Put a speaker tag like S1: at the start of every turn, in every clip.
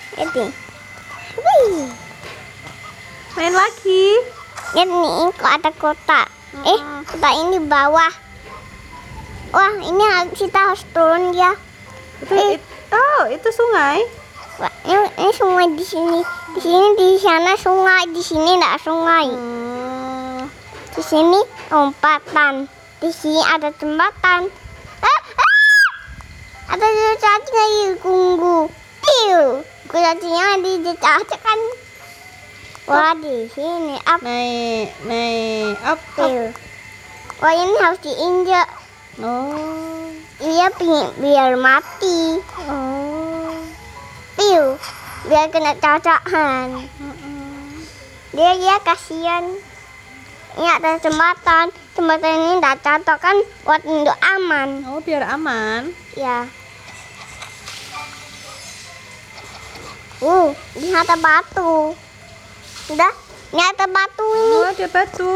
S1: Ini. Wih.
S2: Main lagi.
S1: Ini kok ada kotak. Eh,
S2: Mm-mm.
S1: kotak ini bawah. Wah, ini harus- kita harus turun ya.
S2: Itu
S1: Eh.
S2: it- oh, itu sungai.
S1: Wah, Ini, ini sungai di sini. Di sini di sana sungai, di sini enggak sungai.
S2: Hmm.
S1: Di sini lompatan. Di sini ada jembatan. Eh, eh! Ada cacing lagi gunggu. Tiu. Cacingnya di cacing kan. Wah di sini apa?
S2: Naik, naik up, up.
S1: Tiu. Wah Oh, ini harus diinjak.
S2: Oh.
S1: Iya pi- biar mati.
S2: Oh.
S1: Tiu. Biar kena cacahan. Dia dia kasihan. Ini ada jembatan. Jembatan ini tidak cocok kan buat untuk aman.
S2: Oh, biar aman.
S1: Ya. Uh, ini ada batu. Udah, ini ada batu ini.
S2: Oh, ada batu.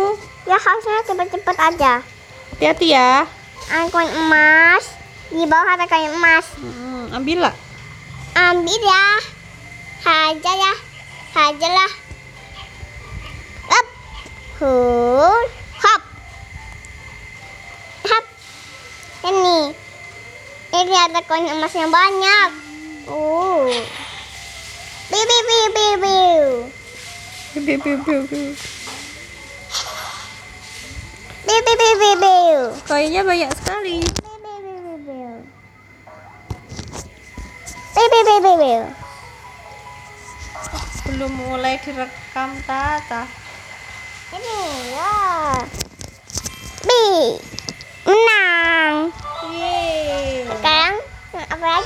S1: Ya harusnya cepet-cepet aja.
S2: Hati-hati ya.
S1: Angkon emas. Di bawah ada kain emas.
S2: Hmm, ambil lah.
S1: Ambil ya. Hajar ya. Hajar lah. Up. Hul. Hop. Hop. Ini. Ini ada koin emas yang banyak. Uh. Biu biu biu biu biu.
S2: Biu, biu, biu, biu.
S1: Biu biu biu biu biu.
S2: Koinnya banyak sekali.
S1: Biu biu biu biu biu. Biu biu biu biu biu.
S2: Belum mulai direkam Tata.
S1: Ini ya. B. Menang.
S2: Yeay.
S1: Sekarang apa lagi?